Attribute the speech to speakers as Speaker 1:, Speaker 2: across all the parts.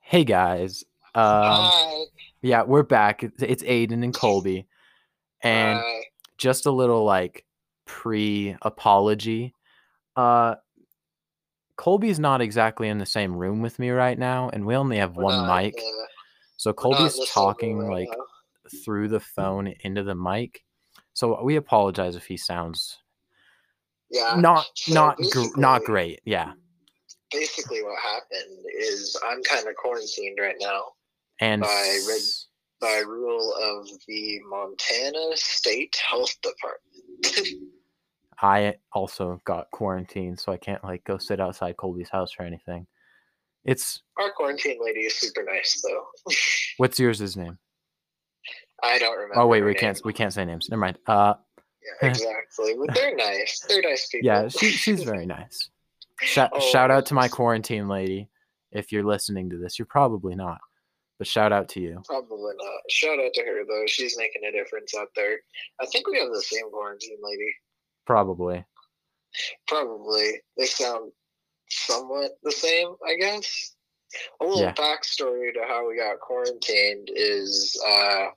Speaker 1: Hey guys. Um,
Speaker 2: Hi.
Speaker 1: yeah, we're back. It's, it's Aiden and Colby. And
Speaker 2: Hi.
Speaker 1: just a little like pre apology. Uh, Colby's not exactly in the same room with me right now, and we only have
Speaker 2: We're
Speaker 1: one
Speaker 2: uh, not,
Speaker 1: mic.
Speaker 2: yeah, we're
Speaker 1: So
Speaker 2: not
Speaker 1: Colby's
Speaker 2: listenable
Speaker 1: talking
Speaker 2: right
Speaker 1: like
Speaker 2: now.
Speaker 1: through the phone into the mic. So we apologize if he sounds
Speaker 2: yeah.
Speaker 1: not
Speaker 2: Uh, so
Speaker 1: not gr- not
Speaker 2: basically-
Speaker 1: great. Yeah.
Speaker 2: Basically, what happened is I'm kind of quarantined right now
Speaker 1: And
Speaker 2: By reg-
Speaker 1: s-
Speaker 2: by rule of the Montana State Health Department.
Speaker 1: I also got quarantined, so I can't like go sit outside Colby's house or anything. It's
Speaker 2: Our quarantine lady is super nice, though.
Speaker 1: what's yours? His name?
Speaker 2: I don't remember.
Speaker 1: Oh wait,
Speaker 2: her
Speaker 1: we
Speaker 2: name.
Speaker 1: can't we can't say names. Never mind. Uh,
Speaker 2: Yeah, exactly, but they're nice. They're nice people.
Speaker 1: yeah, she, she's very nice. Shout,
Speaker 2: Oh,
Speaker 1: shout out to my
Speaker 2: yes.
Speaker 1: quarantine lady. If you're listening to this, you're probably not, but shout out to you.
Speaker 2: Probably not. Shout out to her though. She's making a difference out there. I think we have the same quarantine lady.
Speaker 1: Probably.
Speaker 2: Probably. They sound somewhat the same, I guess. A little
Speaker 1: Yeah.
Speaker 2: backstory to how we got quarantined is uh,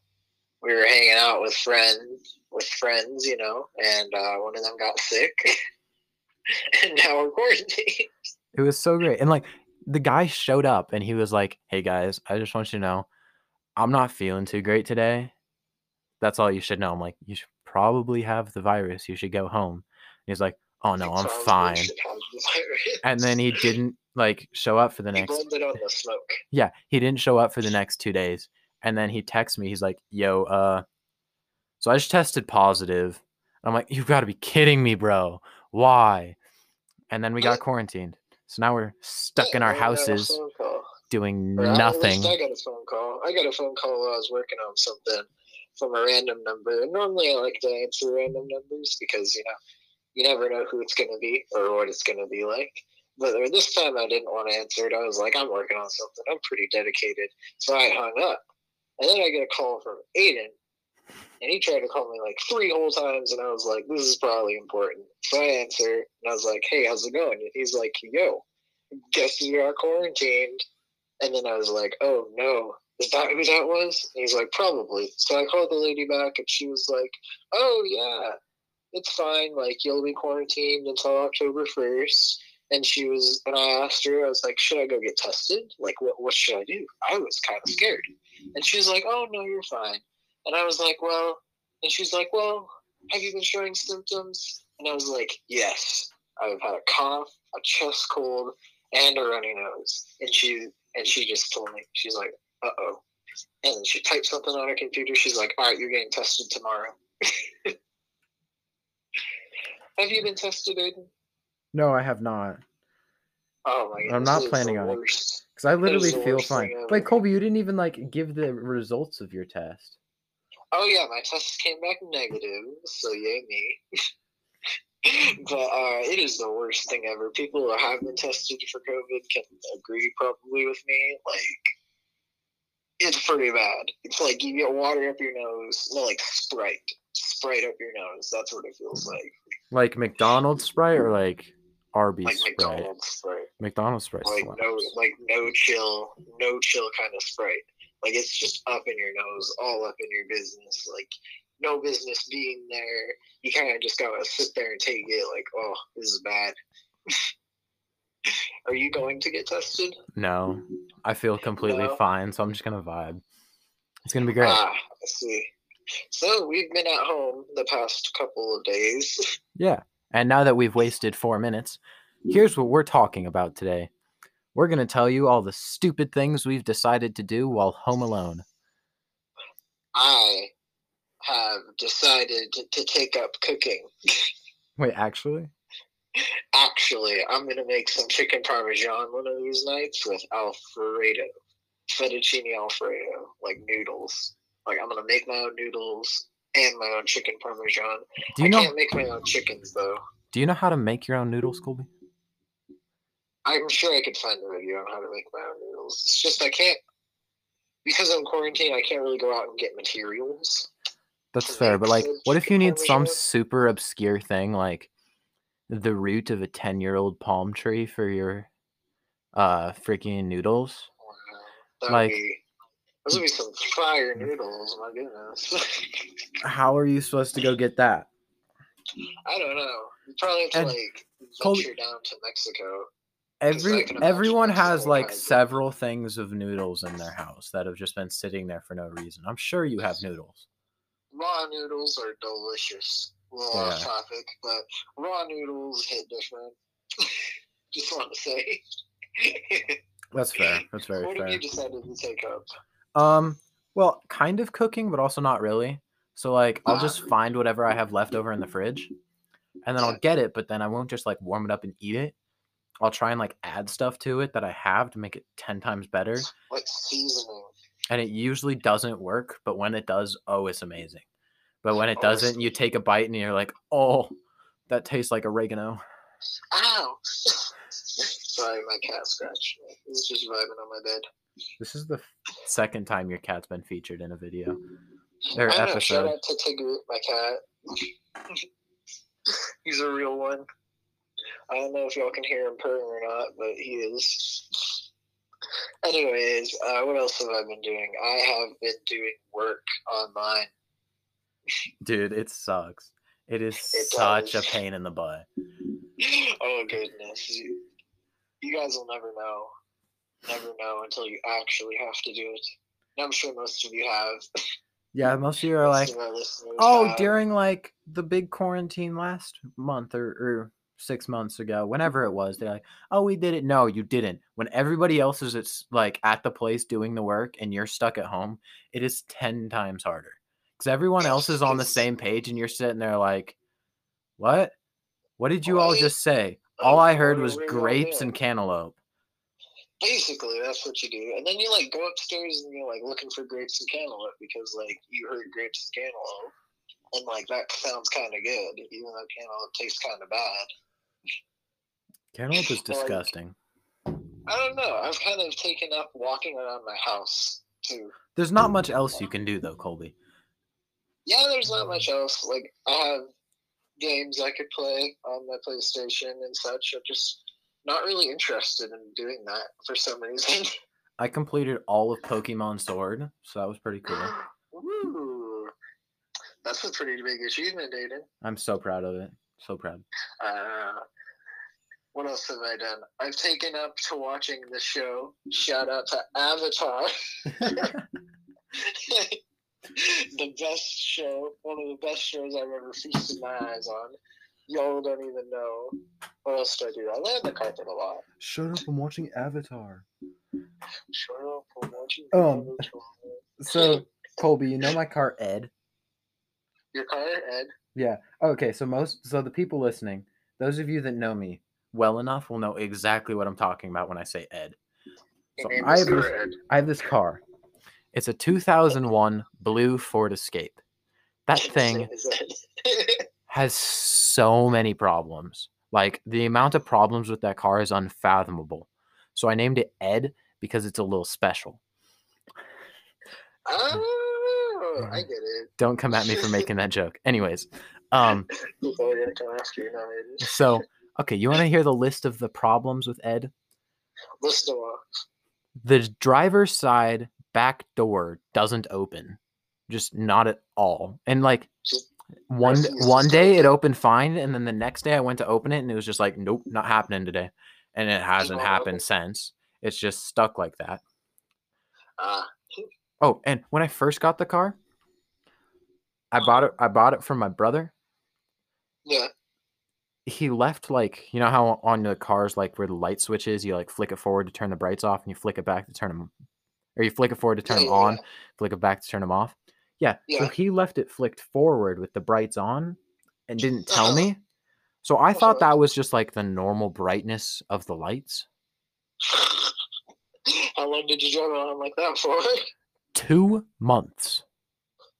Speaker 2: we were hanging out with friends, with friends, you know, and uh, one of them got sick, and now we're quarantined.
Speaker 1: It was so great. And like the guy showed up and he was like, "Hey guys, I just want you to know, I'm not feeling too great today. That's all you should know." I'm like, "You should probably have the virus. You should go home." And he's like, "Oh no, I'm
Speaker 2: Probably
Speaker 1: fine."
Speaker 2: should have the virus.
Speaker 1: And then he didn't like show up for the
Speaker 2: He
Speaker 1: next
Speaker 2: blamed it on the smoke.
Speaker 1: Yeah, he didn't show up for the next 2 days. And then he texts me. He's like, "Yo, uh so I just tested positive." And I'm like, "You've got to be kidding me, bro. Why?" And then we got quarantined. So now we're stuck in
Speaker 2: Yeah,
Speaker 1: our
Speaker 2: I got a
Speaker 1: houses
Speaker 2: phone call.
Speaker 1: doing
Speaker 2: Or at least
Speaker 1: nothing.
Speaker 2: I got a phone call. I got a phone call while I was working on something from a random number. And normally I like to answer random numbers because you know you never know who it's gonna be or what it's gonna be like. But or this time I didn't want to answer it. I was like, I'm working on something. I'm pretty dedicated, so I hung up. And then I get a call from Aiden, and he tried to call me like three whole times, and I was like, this is probably important. So I answer, and I was like, hey, how's it going? And he's like, yo, guess we are quarantined. And then I was like, oh no, is that who that was? And he's like, probably. So I called the lady back and she was like, oh yeah, it's fine. Like, you'll be quarantined until October 1st. And she was, and I asked her, I was like, should I go get tested? Like, what, what should I do? I was kind of scared. And she was like, oh no, you're fine. And I was like, well, and she's like, well, have you been showing symptoms? And I was like, yes. I've had a cough, a chest cold, and a runny nose. And she and she just told me, she's like, uh oh. And then she typed something on her computer. She's like, all right, you're getting tested tomorrow. Have you been tested, Aiden?
Speaker 1: No, I have not.
Speaker 2: Oh my god.
Speaker 1: I'm not planning on it.
Speaker 2: it.
Speaker 1: Because I
Speaker 2: is
Speaker 1: literally
Speaker 2: the
Speaker 1: feel
Speaker 2: worst thing
Speaker 1: fine.
Speaker 2: ever.
Speaker 1: Like Colby, you didn't even like give the results of your test.
Speaker 2: Oh yeah, my test came back negative, so yay me. but uh, it is the worst thing ever. People who have been tested for COVID can agree probably with me. Like, it's pretty bad. It's like you get water up your nose, no, like Sprite, Sprite up your nose. That's what it feels like,
Speaker 1: Like McDonald's Sprite or like Arby's
Speaker 2: like
Speaker 1: Sprite. McDonald's,
Speaker 2: McDonald's Sprite,
Speaker 1: Sprite.
Speaker 2: like no, like no chill, no chill kind of Sprite. Like it's just up in your nose, all up in your business. Like no business being there. You kind of just gotta sit there and take it. Like, oh, this is bad. Are you going to get tested?
Speaker 1: no, I feel completely
Speaker 2: No.
Speaker 1: fine, so I'm just gonna vibe. It's gonna be great.
Speaker 2: Ah, I see. So we've been at home the past couple of days.
Speaker 1: Yeah. And now that we've wasted four minutes, here's what we're talking about today. We're gonna tell you all the stupid things we've decided to do while home alone.
Speaker 2: I have decided to, to take up cooking.
Speaker 1: Wait, actually?
Speaker 2: Actually, I'm gonna make some chicken parmesan one of these nights with Alfredo, fettuccine Alfredo, like noodles. Like I'm gonna make my own noodles and my own chicken parmesan.
Speaker 1: Do you
Speaker 2: I
Speaker 1: know
Speaker 2: can't make my own chickens though.
Speaker 1: do you know how to make your own noodles, Colby?
Speaker 2: I'm sure I could find a video on how to make my own noodles. It's just I can't because I'm quarantined. I can't really go out and get materials.
Speaker 1: That's
Speaker 2: to
Speaker 1: fair, but
Speaker 2: make
Speaker 1: like,
Speaker 2: said
Speaker 1: what if you
Speaker 2: chicken
Speaker 1: need some
Speaker 2: parmesan.
Speaker 1: super obscure thing, like the root of a ten-year-old palm tree for your uh freaking noodles?
Speaker 2: That
Speaker 1: Like-
Speaker 2: would be, those would be some fire noodles. My goodness,
Speaker 1: How are you supposed to go get that?
Speaker 2: I don't know. You probably have to
Speaker 1: And
Speaker 2: like
Speaker 1: Col-
Speaker 2: venture down to Mexico. Just
Speaker 1: Every
Speaker 2: like an
Speaker 1: everyone
Speaker 2: imaginary
Speaker 1: has
Speaker 2: soul
Speaker 1: like
Speaker 2: guide.
Speaker 1: several things of noodles in their house that have just been sitting there for no reason. I'm sure you have noodles.
Speaker 2: Raw noodles are delicious. A little off
Speaker 1: Yeah.
Speaker 2: topic, but raw noodles hit different. Just want to say.
Speaker 1: That's fair. That's very
Speaker 2: what
Speaker 1: fair.
Speaker 2: have you decided to take up?
Speaker 1: Um, well, kind of cooking, but also not really. So like I'll just find whatever I have left over in the fridge and then I'll get it, but then I won't just like warm it up and eat it. I'll try and like add stuff to it that I have to make it 10 times better,
Speaker 2: Like seasoning.
Speaker 1: and it usually doesn't work, but when it does, oh, it's amazing. But when it
Speaker 2: Oh, it's-
Speaker 1: doesn't, you take a bite and you're like, "Oh, that tastes like oregano."
Speaker 2: Ow! Sorry, my cat scratched me. He's just vibing on my bed.
Speaker 1: This is the second time your cat's been featured in a video. Their
Speaker 2: I know, shout
Speaker 1: episode.
Speaker 2: out to Tigger, my cat. He's a real one. I don't know if y'all can hear him purring or not, but he is. Anyways, uh, what else have I been doing? I have been doing work online.
Speaker 1: Dude, it sucks. It is
Speaker 2: It
Speaker 1: such a
Speaker 2: does.
Speaker 1: pain in the butt.
Speaker 2: Oh goodness, you, you guys will never know, never know until you actually have to do it. And I'm sure most of you have.
Speaker 1: Yeah, most of you are like,
Speaker 2: Most of our listeners
Speaker 1: oh,
Speaker 2: have.
Speaker 1: during like the big quarantine last month or, or six months ago, whenever it was, they're like, oh, we did it. No, you didn't. When everybody else is it's like at the place doing the work and you're stuck at home, it is ten times harder because everyone else is on the
Speaker 2: Yes.
Speaker 1: same page and you're sitting there like, what? What did you all
Speaker 2: Wait,
Speaker 1: just say?
Speaker 2: Like,
Speaker 1: All I heard
Speaker 2: what
Speaker 1: was
Speaker 2: are we gonna
Speaker 1: grapes
Speaker 2: do?
Speaker 1: and cantaloupe.
Speaker 2: Basically, that's what you do, and then you like go upstairs and you're like looking for grapes and cantaloupe because like you heard grapes and cantaloupe, and like that sounds kind of good, even though cantaloupe tastes kind of bad.
Speaker 1: Cantaloupe is
Speaker 2: Like-
Speaker 1: disgusting.
Speaker 2: I don't know. I've kind of taken up walking around my house too.
Speaker 1: There's not much else you can do though, Colby.
Speaker 2: yeah, there's not much else. Like I have games I could play on my PlayStation and such. I'm just not really interested in doing that for some reason.
Speaker 1: I completed all of Pokemon Sword, so that was pretty cool.
Speaker 2: Ooh, that's a pretty big achievement, Aiden.
Speaker 1: I'm so proud of it. So proud.
Speaker 2: Uh, what else have I done? I've taken up to watching the show. Shout out to Avatar. the best show, one of the best shows I've ever feasted my eyes on. Y'all don't even know what else do I do. I lay on the carpet a lot.
Speaker 1: Shut up! I'm watching Avatar.
Speaker 2: Sure, I'm watching
Speaker 1: Um.
Speaker 2: Avatar.
Speaker 1: So, Colby, you know my car, Ed.
Speaker 2: your car, Ed.
Speaker 1: Yeah. Okay. So most, so the people listening, those of you that know me well enough, will know exactly what I'm talking about when I say Ed.
Speaker 2: Your
Speaker 1: So
Speaker 2: name
Speaker 1: I
Speaker 2: is
Speaker 1: have this-
Speaker 2: Ed.
Speaker 1: I have this car. It's a 2001 blue Ford Escape. That thing
Speaker 2: Is Ed.
Speaker 1: has so many problems. Like the amount of problems with that car is unfathomable. So I named it Ed because it's a little special.
Speaker 2: oh, I get it.
Speaker 1: Don't come at me for making that joke. Anyways, um
Speaker 2: People are gonna come after you now, Aiden.
Speaker 1: so okay, you want to hear the list of the problems with Ed?
Speaker 2: Listen to what.
Speaker 1: The driver's side back door doesn't open. Just not at all. And like
Speaker 2: Just-
Speaker 1: one
Speaker 2: Refuse to
Speaker 1: one day it
Speaker 2: open.
Speaker 1: opened fine and then the next day I went to open it and it was just like nope, not happening today. And it hasn't
Speaker 2: won't open.
Speaker 1: happened since. It's just stuck like that.
Speaker 2: Ah,
Speaker 1: Oh, and when I first got the car, I bought it. I bought it from my brother.
Speaker 2: yeah.
Speaker 1: He left like you know how on the cars like where the light switch is, you like flick it forward to turn the brights off, and you flick it back to turn them, or you flick it forward to turn
Speaker 2: Yeah,
Speaker 1: them
Speaker 2: yeah,
Speaker 1: on, flick it back to turn them off. Yeah. So
Speaker 2: Yeah.
Speaker 1: he left it flicked forward with the brights on, and didn't tell
Speaker 2: Uh-huh.
Speaker 1: me. So I thought
Speaker 2: Uh-huh.
Speaker 1: that was just like the normal brightness of the lights.
Speaker 2: How long did you drive around like that for?
Speaker 1: Two months,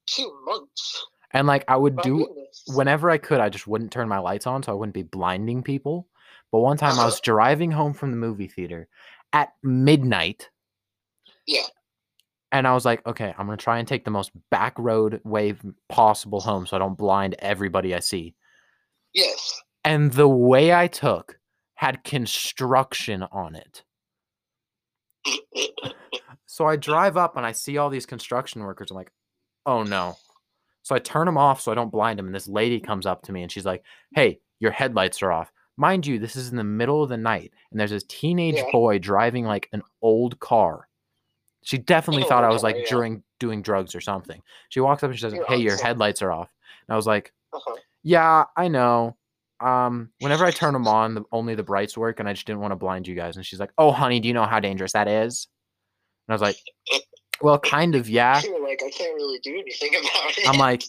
Speaker 2: Two months.
Speaker 1: and like I would
Speaker 2: My
Speaker 1: do
Speaker 2: goodness.
Speaker 1: whenever I could, I just wouldn't turn my lights on so I wouldn't be blinding people. But one time I
Speaker 2: Uh-huh.
Speaker 1: was driving home from the movie theater at midnight.
Speaker 2: Yeah.
Speaker 1: And I was like, okay, I'm going to try and take the most back road way possible home so I don't blind everybody I see.
Speaker 2: Yes.
Speaker 1: And the way I took had construction on it. So I drive up and I see all these construction workers. I'm like, oh no. So I turn them off so I don't blind them. And this lady comes up to me and she's like, hey, your headlights are off. Mind you, this is in the middle of the night and there's this teenage
Speaker 2: Yeah.
Speaker 1: boy driving like an old car. She definitely
Speaker 2: Oh,
Speaker 1: thought I was
Speaker 2: okay,
Speaker 1: like
Speaker 2: yeah.
Speaker 1: during doing drugs or something. She walks up and she says,
Speaker 2: You're
Speaker 1: hey, your
Speaker 2: awesome.
Speaker 1: headlights are off. And I was like,
Speaker 2: Uh-huh.
Speaker 1: yeah, I know. Um, whenever I turn them on, the, only the brights work, and I just didn't want to blind you guys. And she's like, "Oh, honey, do you know how dangerous that is?" And I was like, "Well, kind of, yeah."
Speaker 2: You were like, I can't really do anything about it.
Speaker 1: I'm like,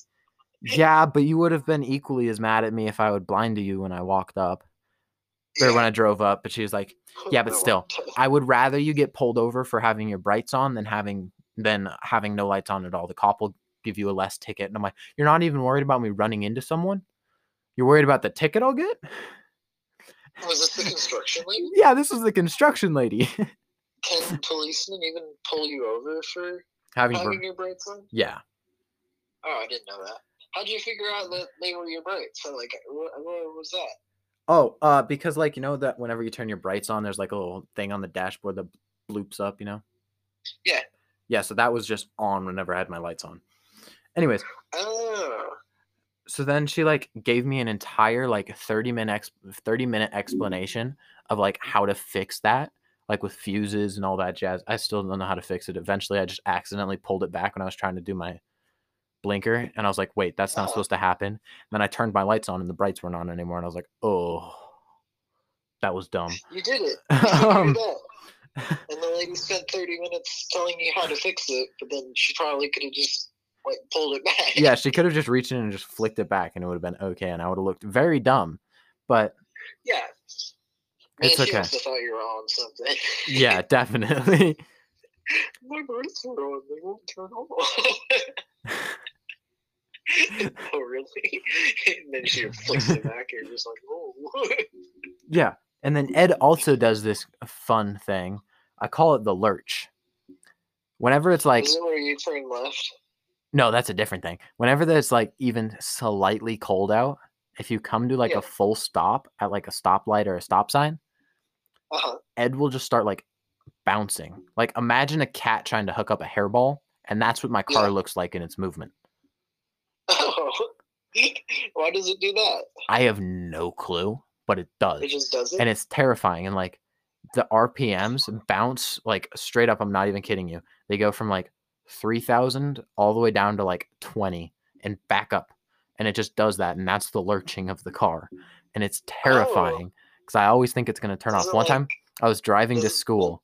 Speaker 1: "Yeah, but you would have been equally as mad at me if I would blind you when I walked up or when I drove up." But she was like, yeah, but still. "I would rather you get pulled over for having your brights on than having than having no lights on at all. The cop will give you a less ticket." And I'm like, "You're not even worried about me running into someone. You're worried about the ticket I'll get."
Speaker 2: Was this the construction lady?
Speaker 1: Yeah, this was the construction lady.
Speaker 2: Can policemen even pull you over for
Speaker 1: Having
Speaker 2: having
Speaker 1: her.
Speaker 2: your brights on?
Speaker 1: Yeah.
Speaker 2: Oh, I didn't know that. How'd you figure out that they were your brights? So, like, what, what was that?
Speaker 1: Oh, uh, because like you know that whenever you turn your brights on, there's like a little thing on the dashboard that bloops up, you know.
Speaker 2: Yeah.
Speaker 1: Yeah. So that was just on whenever I had my lights on. Anyways,
Speaker 2: Oh,
Speaker 1: so then she like gave me an entire like 30 minute ex- 30 minute explanation of like how to fix that like with fuses and all that jazz i still don't know how to fix it eventually i just accidentally pulled it back when i was trying to do my blinker and i was like wait that's not
Speaker 2: Oh.
Speaker 1: supposed to happen and then i turned my lights on and the brights weren't on anymore and i was like oh that was dumb
Speaker 2: you did it.
Speaker 1: Um,
Speaker 2: You did that. And the lady spent 30 minutes telling you how to fix it, but then she probably could have just like, pulled it back.
Speaker 1: yeah she could have just reached in and just flicked it back and it would have been okay and i would have looked very dumb but
Speaker 2: Yeah. Man,
Speaker 1: It's
Speaker 2: she
Speaker 1: okay.
Speaker 2: must have thought you were on something.
Speaker 1: yeah definitely
Speaker 2: My lights were on. They won't turn on. oh, really? and then she flicks it back and you're just like, oh.
Speaker 1: Yeah. And then Ed also does this fun thing. I call it the lurch. Whenever it's like,
Speaker 2: Is it where you turn left?
Speaker 1: no, that's a different thing. Whenever there's like even slightly cold out, if you come to like
Speaker 2: Yeah.
Speaker 1: a full stop at like a stoplight or a stop sign,
Speaker 2: Uh-huh.
Speaker 1: Ed will just start like bouncing. Like imagine a cat trying to hook up a hairball, and that's what my car
Speaker 2: Yeah.
Speaker 1: looks like in its movement.
Speaker 2: Oh. Why does it do that?
Speaker 1: I have no clue, but it does.
Speaker 2: It just does it?
Speaker 1: and it's terrifying. And like the RPMs bounce like straight up. I'm not even kidding you. They go from like 3,000 all the way down to like 20 and back up. And it just does that. And that's the lurching of the car. And it's terrifying because I always think it's going to turn
Speaker 2: Oh. Does
Speaker 1: off.
Speaker 2: it,
Speaker 1: One time I was driving to
Speaker 2: does it-
Speaker 1: school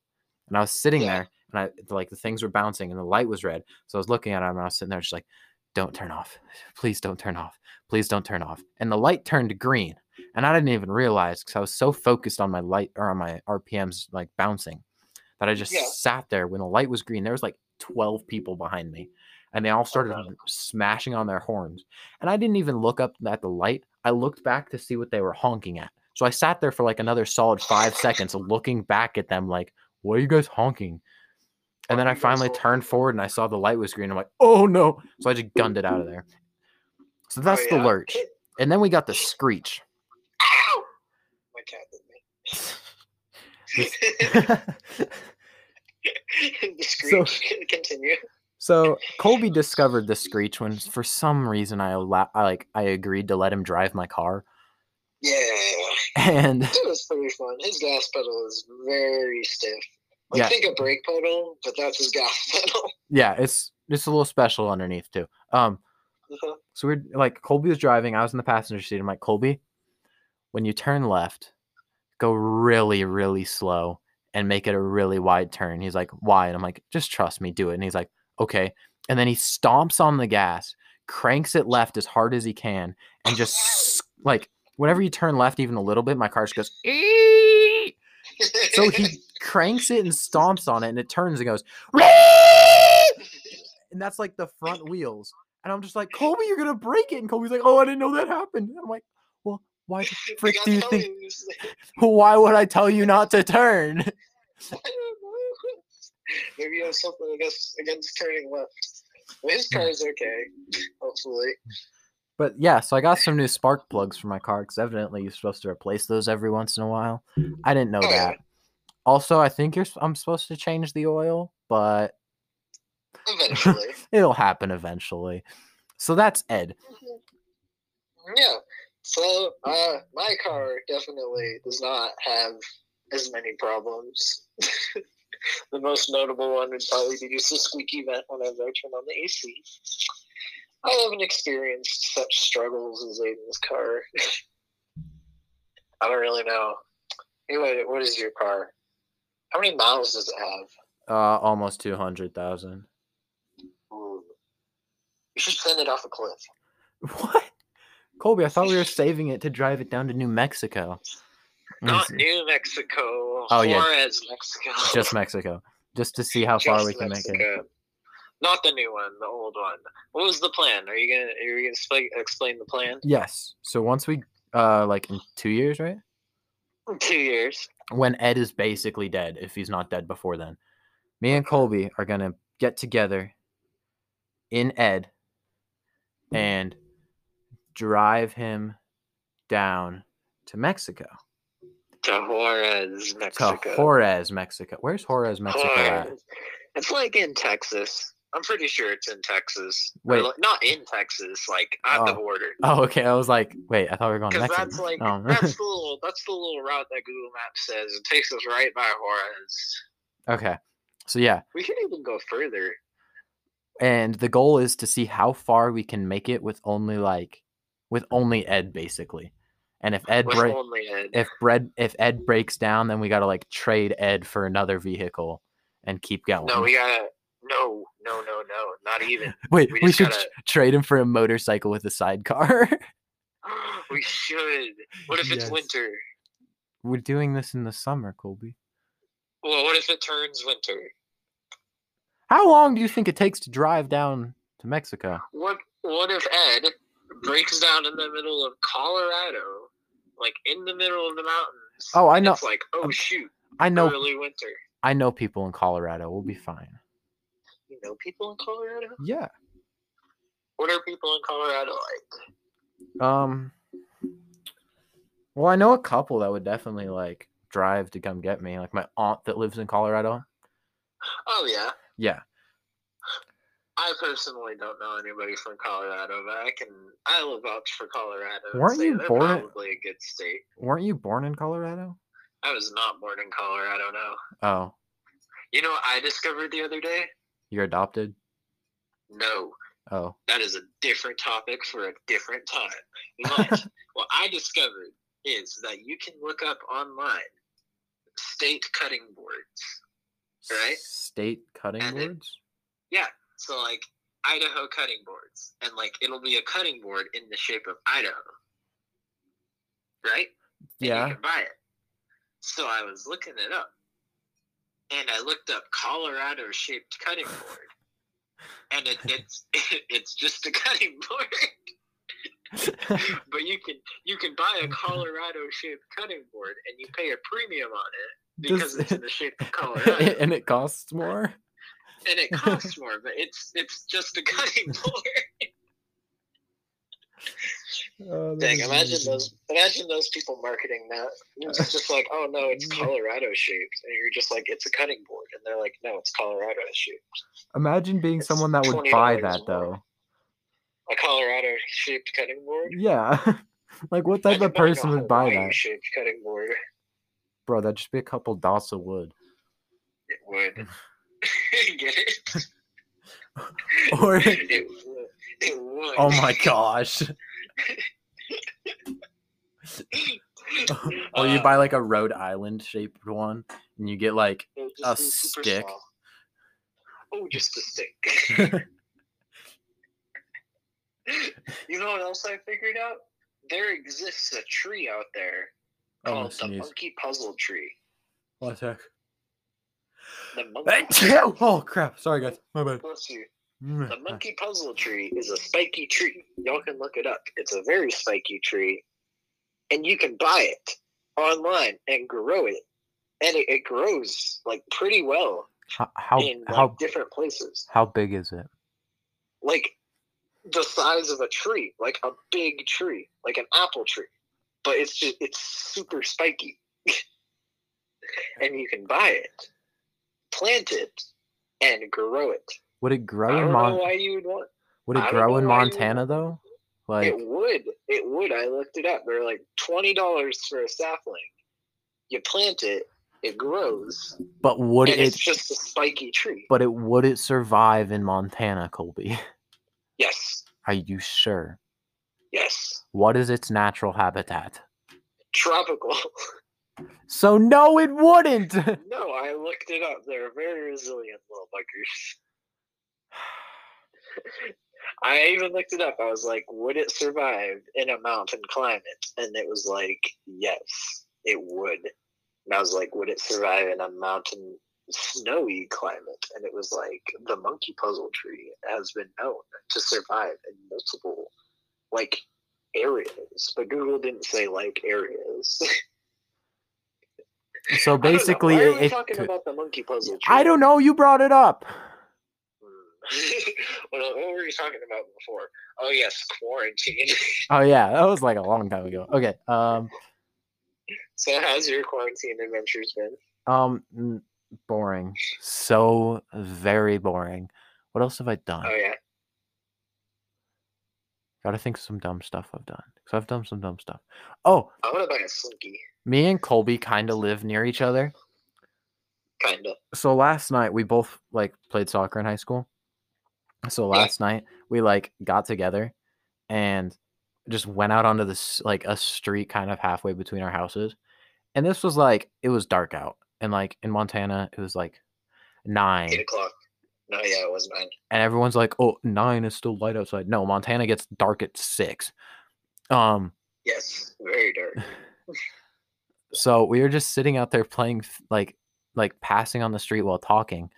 Speaker 1: and I was sitting
Speaker 2: Yeah.
Speaker 1: there and I like the things were bouncing and the light was red. So I was looking at it and I was sitting there just like, don't turn off. Please don't turn off. Please don't turn off. And the light turned green and I didn't even realize because I was so focused on my light or on my RPMs like bouncing that I just
Speaker 2: Yeah.
Speaker 1: sat there when the light was green. There was like twelve people behind me, and they all started
Speaker 2: Oh, wow.
Speaker 1: smashing on their horns. And I didn't even look up at the light. I looked back to see what they were honking at. So I sat there for like another solid five seconds, looking back at them like, "What are you guys honking?" And
Speaker 2: Why
Speaker 1: then
Speaker 2: are
Speaker 1: I
Speaker 2: you guys
Speaker 1: finally
Speaker 2: honking?
Speaker 1: turned forward and I saw the light was green. I'm like, "Oh no!" So I just gunned it out of there. So
Speaker 2: Oh,
Speaker 1: that's the
Speaker 2: yeah.
Speaker 1: lurch, and then we got the screech.
Speaker 2: Ow! My cat did me. the
Speaker 1: So-
Speaker 2: screech. Continue.
Speaker 1: so Colby discovered the screech when for some reason I, allow, I like I agreed to let him drive my car
Speaker 2: Yeah.
Speaker 1: and
Speaker 2: It was pretty fun. His gas pedal is very stiff. Like,
Speaker 1: Yeah.
Speaker 2: think a brake pedal, but that's his gas pedal.
Speaker 1: yeah it's it's a little special underneath too. Um
Speaker 2: Uh-huh.
Speaker 1: so we're like Colby was driving I was in the passenger seat I'm like Colby when you turn left go really really slow and make it a really wide turn. He's like why and I'm like just trust me do it and he's like okay and then he stomps on the gas cranks it left as hard as he can and just s- like whenever you turn left even a little bit my car just goes "Ee!" so he cranks it and stomps on it and it turns and goes and that's like the front wheels and i'm just like colby you're gonna break it and colby's like oh i didn't know that happened and i'm like well why the frick
Speaker 2: got
Speaker 1: do you
Speaker 2: telly
Speaker 1: think
Speaker 2: in his-
Speaker 1: why would i tell you not to turn
Speaker 2: I don't know. Maybe you have something against against turning left. Well,
Speaker 1: Hmm.
Speaker 2: his car is okay, hopefully.
Speaker 1: but yeah so i got some new spark plugs for my car because evidently you're supposed to replace those every once in a while i didn't know
Speaker 2: Oh, yeah.
Speaker 1: that also i think you're s- i'm supposed to change the oil but
Speaker 2: eventually.
Speaker 1: it'll happen eventually. So that's Ed.
Speaker 2: yeah. So uh, my car definitely does not have as many problems. the most notable one would probably be just a squeaky vent whenever I turn on the AC. I haven't experienced such struggles as Aiden's car. I don't really know. Anyway, what is your car? How many miles does it have?
Speaker 1: Uh, almost two hundred thousand.
Speaker 2: Ooh. You should send it off a cliff.
Speaker 1: What? Colby, I thought we were saving it to drive it down to New Mexico. Let me
Speaker 2: Not
Speaker 1: see.
Speaker 2: New Mexico.
Speaker 1: Oh, yeah.
Speaker 2: Juarez, Mexico.
Speaker 1: Just Mexico. Just to see how far we can make it.
Speaker 2: Not the new one, the old one. What was the plan? Are you gonna are you gonna sp- explain the plan?
Speaker 1: Yes. So once we uh like in two years, right?
Speaker 2: Two years.
Speaker 1: When Ed is basically dead, if he's not dead before then, me and Colby are gonna get together in Ed and drive him down to Mexico.
Speaker 2: To Juarez, Mexico.
Speaker 1: To Juarez, Mexico. Where's Juarez, Mexico at?
Speaker 2: Juarez. It's like in Texas. I'm pretty sure it's in Texas. Or
Speaker 1: Wait.
Speaker 2: li- not in Texas, like at the
Speaker 1: Oh.
Speaker 2: border.
Speaker 1: Oh, okay. I was like, wait, I thought we were going to
Speaker 2: Because
Speaker 1: Mexico.
Speaker 2: that's like
Speaker 1: Oh.
Speaker 2: that's the little that's the little route that Google Maps says it takes us right by Juarez.
Speaker 1: okay. So yeah,
Speaker 2: We could even go further.
Speaker 1: and the goal is to see how far we can make it with only like with only Ed basically. And if Ed
Speaker 2: with
Speaker 1: break
Speaker 2: only Ed.
Speaker 1: if Red if Ed breaks down, then we got to like trade Ed for another vehicle and keep going.
Speaker 2: No, we gotta. No, no, no, no. Not even.
Speaker 1: Wait,
Speaker 2: we
Speaker 1: we,
Speaker 2: just
Speaker 1: should
Speaker 2: gotta-
Speaker 1: tr- trade him for a motorcycle with a sidecar.
Speaker 2: we should. What if it's
Speaker 1: Yes.
Speaker 2: winter?
Speaker 1: we're doing this in the summer, Colby.
Speaker 2: Well, what if it turns winter?
Speaker 1: How long do you think it takes to drive down to Mexico?
Speaker 2: What What if Ed breaks down in the middle of Colorado, like in the middle of the mountains?
Speaker 1: Oh, I
Speaker 2: and
Speaker 1: know-
Speaker 2: It's like, oh
Speaker 1: I'm-
Speaker 2: shoot,
Speaker 1: I know
Speaker 2: early winter.
Speaker 1: I know people in Colorado. We'll be fine.
Speaker 2: You know people in Colorado?
Speaker 1: Yeah.
Speaker 2: What are people in Colorado like?
Speaker 1: Um. Well, I know a couple that would definitely like drive to come get me. Like my aunt that lives in Colorado.
Speaker 2: Oh yeah.
Speaker 1: Yeah.
Speaker 2: I personally don't know anybody from Colorado, but I can I will vouch for Colorado. and
Speaker 1: Weren't
Speaker 2: say
Speaker 1: you
Speaker 2: they're
Speaker 1: born in-
Speaker 2: Probably a good state.
Speaker 1: Weren't you born in Colorado?
Speaker 2: I was not born in Colorado. No.
Speaker 1: Oh,
Speaker 2: You know what I discovered the other day?
Speaker 1: you're adopted.
Speaker 2: No,
Speaker 1: Oh.
Speaker 2: that is a different topic for a different time. But what I discovered is that you can look up online state cutting boards. Right?
Speaker 1: State cutting
Speaker 2: And it-
Speaker 1: boards.
Speaker 2: So, like Idaho cutting boards, and like it'll be a cutting board in the shape of Idaho. Right? and you
Speaker 1: Yeah.
Speaker 2: can buy it. So I was looking it up, and I looked up Colorado-shaped cutting board, and it, it's it's just a cutting board, but you can you can buy a Colorado-shaped cutting board, and you pay a premium on it because
Speaker 1: Does-
Speaker 2: it's in the shape of Colorado,
Speaker 1: and it costs more.
Speaker 2: and it costs more, but it's it's just a cutting board.
Speaker 1: Oh, that
Speaker 2: Dang!
Speaker 1: is
Speaker 2: Imagine
Speaker 1: amazing.
Speaker 2: those imagine those people marketing that. It's just like, oh no, it's
Speaker 1: Mm-hmm.
Speaker 2: Colorado-shaped, and you're just like, it's a cutting board, and they're like, no, it's Colorado-shaped.
Speaker 1: Imagine being
Speaker 2: It's
Speaker 1: someone that would buy
Speaker 2: $20
Speaker 1: that
Speaker 2: more.
Speaker 1: though.
Speaker 2: a Colorado shaped cutting board.
Speaker 1: Yeah. like what type of person would buy that,
Speaker 2: Shaped cutting board.
Speaker 1: bro? That'd just be a couple dots of wood,
Speaker 2: It would. Get it?
Speaker 1: or
Speaker 2: it would. It would.
Speaker 1: oh my gosh. or you
Speaker 2: Uh,
Speaker 1: buy like a Rhode Island shaped one, and you get like
Speaker 2: it would
Speaker 1: a
Speaker 2: just be super
Speaker 1: stick.
Speaker 2: small. Oh, just a stick. you know what else I figured out? There exists a tree out there
Speaker 1: Oh,
Speaker 2: called the
Speaker 1: sneeze.
Speaker 2: monkey puzzle tree.
Speaker 1: what the heck?
Speaker 2: The monkey.
Speaker 1: oh crap! Sorry guys, my bad.
Speaker 2: Bless you. The
Speaker 1: Mm.
Speaker 2: monkey puzzle tree is a spiky tree. Y'all can look it up. It's a very spiky tree, and you can buy it online and grow it, and it, it grows like pretty well
Speaker 1: How how,
Speaker 2: in like,
Speaker 1: how
Speaker 2: different places,
Speaker 1: how big is it?
Speaker 2: like the size of a tree, like a big tree, like an apple tree, but it's just it's super spiky, and you can buy it, plant it, and grow it.
Speaker 1: Would it grow
Speaker 2: I
Speaker 1: in
Speaker 2: don't
Speaker 1: Mon?
Speaker 2: know why you would want.
Speaker 1: Would it
Speaker 2: I don't
Speaker 1: grow
Speaker 2: know
Speaker 1: in
Speaker 2: why you-
Speaker 1: Montana though? Like
Speaker 2: it would. It would. I looked it up. They're like twenty dollars for a sapling. You plant it, it grows,
Speaker 1: but would
Speaker 2: and
Speaker 1: it
Speaker 2: it's just a spiky tree.
Speaker 1: but it would it survive in Montana, Colby?
Speaker 2: Yes,
Speaker 1: Are you sure?
Speaker 2: yes,
Speaker 1: What is its natural habitat?
Speaker 2: tropical.
Speaker 1: So no it wouldn't.
Speaker 2: no, I looked it up. They're very resilient little buggers. I even looked it up. I was like, would it survive in a mountain climate? And it was like, yes, it would. And I was like, would it survive in a mountain snowy climate? And it was like, the monkey puzzle tree has been known to survive in multiple, like, areas. But Google didn't say, like, areas.
Speaker 1: so
Speaker 2: I don't know.
Speaker 1: basically
Speaker 2: Why are
Speaker 1: it,
Speaker 2: we
Speaker 1: it
Speaker 2: talking
Speaker 1: could-
Speaker 2: about the monkey puzzle tree?
Speaker 1: I don't know, you brought it up.
Speaker 2: Hmm. what, what were we talking about before? Oh, yes, quarantine.
Speaker 1: Oh yeah, that was like a long time ago. Okay. Um
Speaker 2: So how's your quarantine adventures been?
Speaker 1: um mm, boring. So very boring. What else have I done?
Speaker 2: Oh yeah.
Speaker 1: Gotta think of some dumb stuff I've done. Because I've done some dumb stuff. Oh,
Speaker 2: I wanna buy a slinky.
Speaker 1: me and Colby kinda live near each other.
Speaker 2: Kinda.
Speaker 1: so last night we both like played soccer in high school. So
Speaker 2: Yeah.
Speaker 1: last night we like got together and just went out onto this like a street kind of halfway between our houses. And this was like it was dark out. And like in Montana it was like nine.
Speaker 2: Eight o'clock. No, yeah, it was mine.
Speaker 1: And everyone's like, Oh, nine is still light outside. No, Montana gets dark at six. Um
Speaker 2: Yes. Very dark.
Speaker 1: so we were just sitting out there playing f- like like passing on the street while talking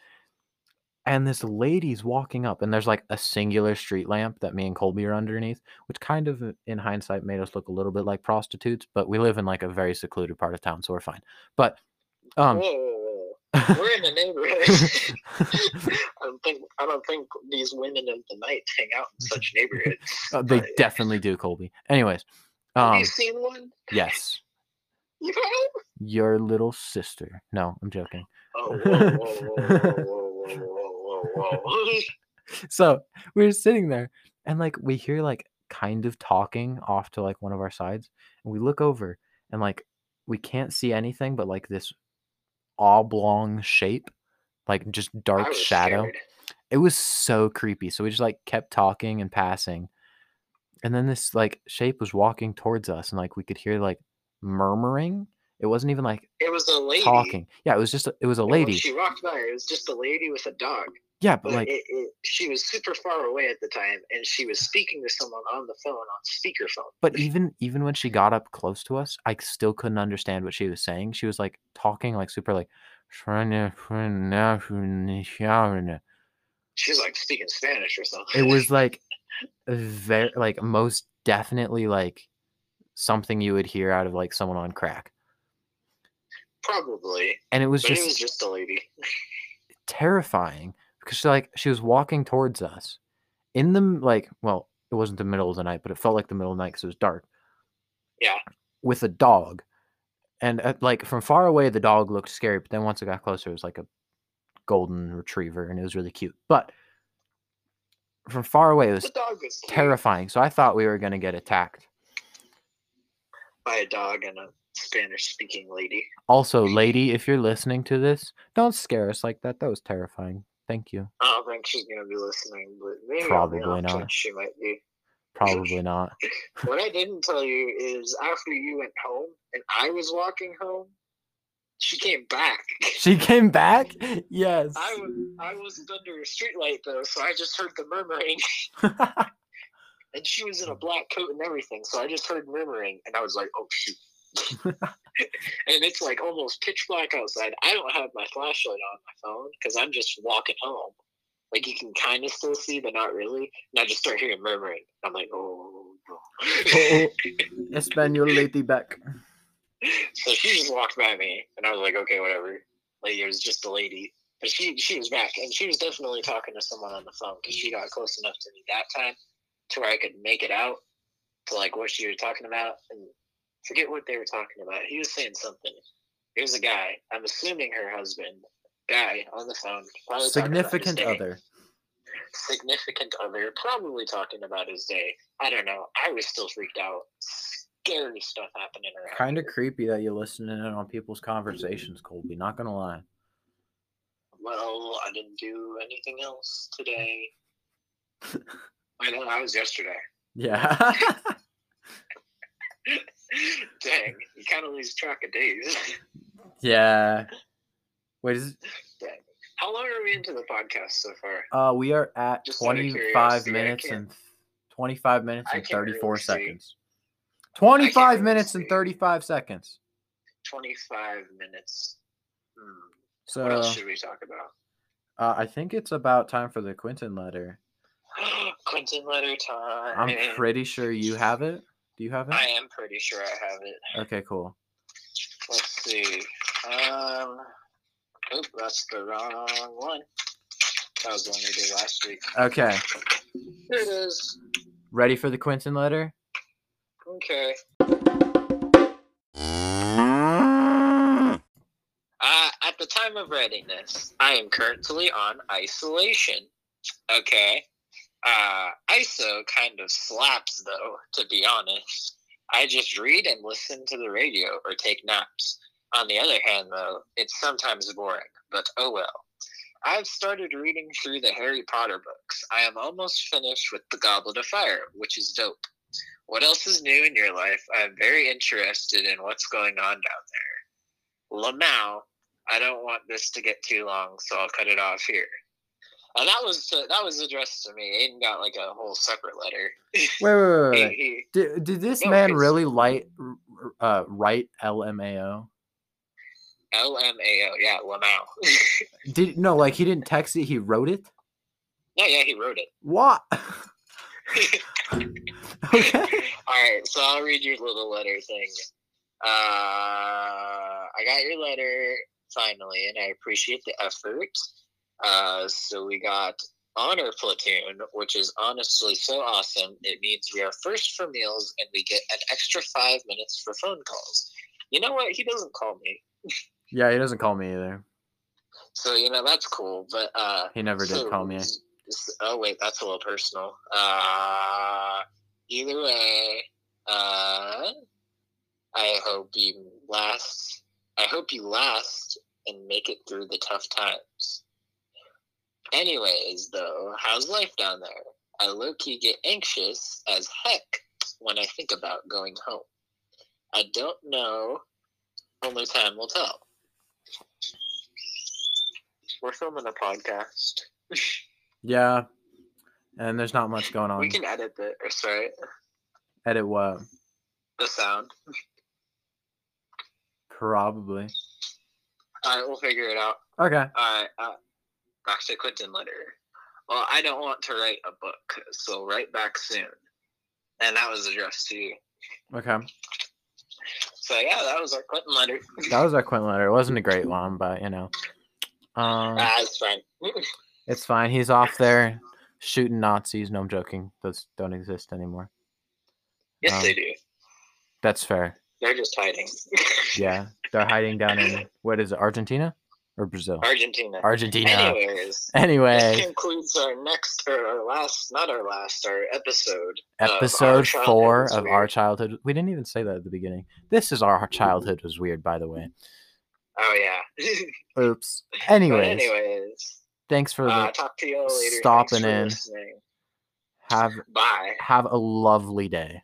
Speaker 1: and this lady's walking up and there's like a singular street lamp that me and colby are underneath which kind of uh, in hindsight made us look a little bit like prostitutes but we live in like a very secluded part of town so we're fine but um
Speaker 2: whoa, whoa, whoa. We're in the neighborhood. I don't think I don't think these women of the night hang out in such neighborhoods.
Speaker 1: uh, they
Speaker 2: but-
Speaker 1: definitely do colby anyways
Speaker 2: Have
Speaker 1: um
Speaker 2: you seen one?
Speaker 1: yes
Speaker 2: You have?
Speaker 1: your little sister no i'm joking
Speaker 2: Oh, whoa, whoa, whoa, whoa, whoa, whoa, whoa, whoa, whoa.
Speaker 1: so we were sitting there and like we hear like kind of talking off to like one of our sides and we look over and like we can't see anything but like this oblong shape like just
Speaker 2: I
Speaker 1: dark
Speaker 2: was
Speaker 1: shadow
Speaker 2: scared.
Speaker 1: it was so creepy so we just like kept talking and passing and then this like shape was walking towards us and like we could hear like murmuring it wasn't even like
Speaker 2: It was a lady.
Speaker 1: talking yeah it was just a, it was a
Speaker 2: And when
Speaker 1: lady
Speaker 2: She walked by. It was just a lady with a dog.
Speaker 1: yeah but
Speaker 2: But
Speaker 1: like
Speaker 2: it, it, she was super far away at the time, and she was speaking to someone on the phone on speakerphone.
Speaker 1: but even even when she got up close to us i still couldn't understand what she was saying she was like talking like super like it
Speaker 2: She was like speaking Spanish or something.
Speaker 1: was like very like most definitely like something you would hear out of like someone on crack
Speaker 2: probably,
Speaker 1: and it was
Speaker 2: but it was
Speaker 1: just
Speaker 2: just a lady.
Speaker 1: terrifying because she like she was walking towards us in the m- like well it wasn't the middle of the night but it felt like the middle of the night because it was dark
Speaker 2: Yeah.
Speaker 1: with a dog and uh, like from far away the dog looked scary but then once it got closer it was like a golden retriever and it was really cute but from far away it
Speaker 2: The
Speaker 1: was
Speaker 2: dog was cute
Speaker 1: terrifying so i thought we were going to get attacked
Speaker 2: by a dog and a Spanish-speaking lady.
Speaker 1: also lady if you're listening to this don't scare us like that that was terrifying thank you
Speaker 2: I don't think she's gonna be listening, but maybe on
Speaker 1: Probably
Speaker 2: the off
Speaker 1: not.
Speaker 2: chance She might be.
Speaker 1: probably not
Speaker 2: What I didn't tell you is after you went home and I was walking home, she came back.
Speaker 1: she came back yes
Speaker 2: I, w- I wasn't under a streetlight though, so I just heard the murmuring. and she was in a black coat and everything, so I just heard murmuring, and I was like, "Oh shoot!" and it's like almost pitch black outside. I don't have my flashlight on my phone because I'm just walking home. Like you can kind of still see, but not really. And I just start hearing murmuring. I'm like, "Oh no!"
Speaker 1: Espanol lady back.
Speaker 2: so she just walked by me, and I was like, "Okay, whatever." Like it was just a lady, but she she was back, and she was definitely talking to someone on the phone because she got close enough to me that time to where I could make it out to like what she was talking about, and forget what they were talking about. He was saying something. Here's a guy. I'm assuming her husband, guy on the phone. probably talking about his
Speaker 1: Significant
Speaker 2: day.
Speaker 1: other.
Speaker 2: Significant other, probably talking about his day. I don't know. I was still freaked out. Scary stuff happening around.
Speaker 1: Kind of creepy that you listen in on people's conversations, Colby. Not gonna lie.
Speaker 2: Well, I didn't do anything else today. I know that was yesterday.
Speaker 1: Yeah.
Speaker 2: Dang, you kind of lose track of days.
Speaker 1: yeah. Wait, is
Speaker 2: How long are we into the podcast so far?
Speaker 1: uh we are at
Speaker 2: Just out of
Speaker 1: 25
Speaker 2: curiosity, I
Speaker 1: minutes
Speaker 2: can't-
Speaker 1: and 25 minutes
Speaker 2: I
Speaker 1: and
Speaker 2: can't really
Speaker 1: 34
Speaker 2: see.
Speaker 1: seconds. 25
Speaker 2: really
Speaker 1: minutes and
Speaker 2: see.
Speaker 1: 35 seconds.
Speaker 2: Twenty-five minutes. Hmm.
Speaker 1: So
Speaker 2: what else should we talk about?
Speaker 1: Uh, I think it's about time for the Quentin letter.
Speaker 2: Quentin letter time.
Speaker 1: I'm pretty sure you have it. Do you have
Speaker 2: I
Speaker 1: it?
Speaker 2: am pretty sure I have it.
Speaker 1: Okay, cool.
Speaker 2: Let's see. Um, oop, that's the wrong one. That was the one we did last week.
Speaker 1: Okay,
Speaker 2: Here it is.
Speaker 1: ready for the Quentin letter?
Speaker 2: Okay. Uh, at the time of writing this, I am currently on isolation. Okay. Uh, ISO kind of slaps, though, to be honest. I just read and listen to the radio or take naps. On the other hand, though, it's sometimes boring, but oh well. I've started reading through the Harry Potter books. I am almost finished with The Goblet of Fire, which is dope. What else is new in your life? I'm very interested in what's going on down there. Lamau, I don't want this to get too long, so I'll cut it off here. And that was to, that was addressed to me. Aiden got like a whole separate letter.
Speaker 1: Wait, wait, wait, wait.
Speaker 2: He- he-
Speaker 1: Did, did this
Speaker 2: No,
Speaker 1: man
Speaker 2: it's-
Speaker 1: really light, r- r- uh, write LMAO?
Speaker 2: LMAO, yeah, Lamau.
Speaker 1: Did no, like he didn't text it. He wrote it.
Speaker 2: no, yeah, he wrote it.
Speaker 1: What? okay.
Speaker 2: All right, so I'll read your little letter thing. Uh, I got your letter finally, and I appreciate the effort. Uh, so we got Honor Platoon, which is honestly so awesome. It means we are first for meals, and we get an extra five minutes for phone calls. You know what? He doesn't call me,
Speaker 1: Yeah, he doesn't call me either.
Speaker 2: so you know that's cool. But uh,
Speaker 1: He never did
Speaker 2: So,
Speaker 1: call me.
Speaker 2: s- s- Oh wait, that's a little personal. Uh, either way, uh, I hope you last. I hope you last and make it through the tough times. Anyways, though, how's life down there? I low key get anxious as heck when I think about going home. I don't know. Only time will tell. We're filming a podcast.
Speaker 1: Yeah, and there's not much going on.
Speaker 2: We can edit the or sorry,
Speaker 1: Edit what?
Speaker 2: the sound.
Speaker 1: Probably.
Speaker 2: All right, we'll figure it out.
Speaker 1: Okay.
Speaker 2: All right, uh, back to Quentin letter. Well, I don't want to write a book, so write back soon. And that was addressed to you.
Speaker 1: Okay.
Speaker 2: So yeah, that was our Quentin letter.
Speaker 1: That was our Quentin letter. It wasn't a great one, but you know, um,
Speaker 2: Ah, it's fine.
Speaker 1: it's fine. He's off there shooting Nazis. No, I'm joking. Those don't exist anymore.
Speaker 2: yes,
Speaker 1: Um,
Speaker 2: they do.
Speaker 1: That's fair.
Speaker 2: They're just hiding.
Speaker 1: Yeah, they're hiding down in what is it, Argentina or Brazil?
Speaker 2: Argentina.
Speaker 1: Argentina.
Speaker 2: Anyways, this
Speaker 1: Anyway,
Speaker 2: concludes our next or our last, not our last, our episode. of uh, Our
Speaker 1: episode
Speaker 2: Childhood
Speaker 1: four
Speaker 2: Was
Speaker 1: of
Speaker 2: Weird.
Speaker 1: our childhood. We didn't even say that at the beginning. This is our childhood was weird, by the way.
Speaker 2: Oh yeah.
Speaker 1: Oops.
Speaker 2: But
Speaker 1: Anyways,
Speaker 2: anyways,
Speaker 1: thanks for
Speaker 2: uh,
Speaker 1: the,
Speaker 2: talk to you all later. Thanks
Speaker 1: stopping
Speaker 2: for
Speaker 1: in.
Speaker 2: listening.
Speaker 1: have
Speaker 2: Bye.
Speaker 1: have a lovely day.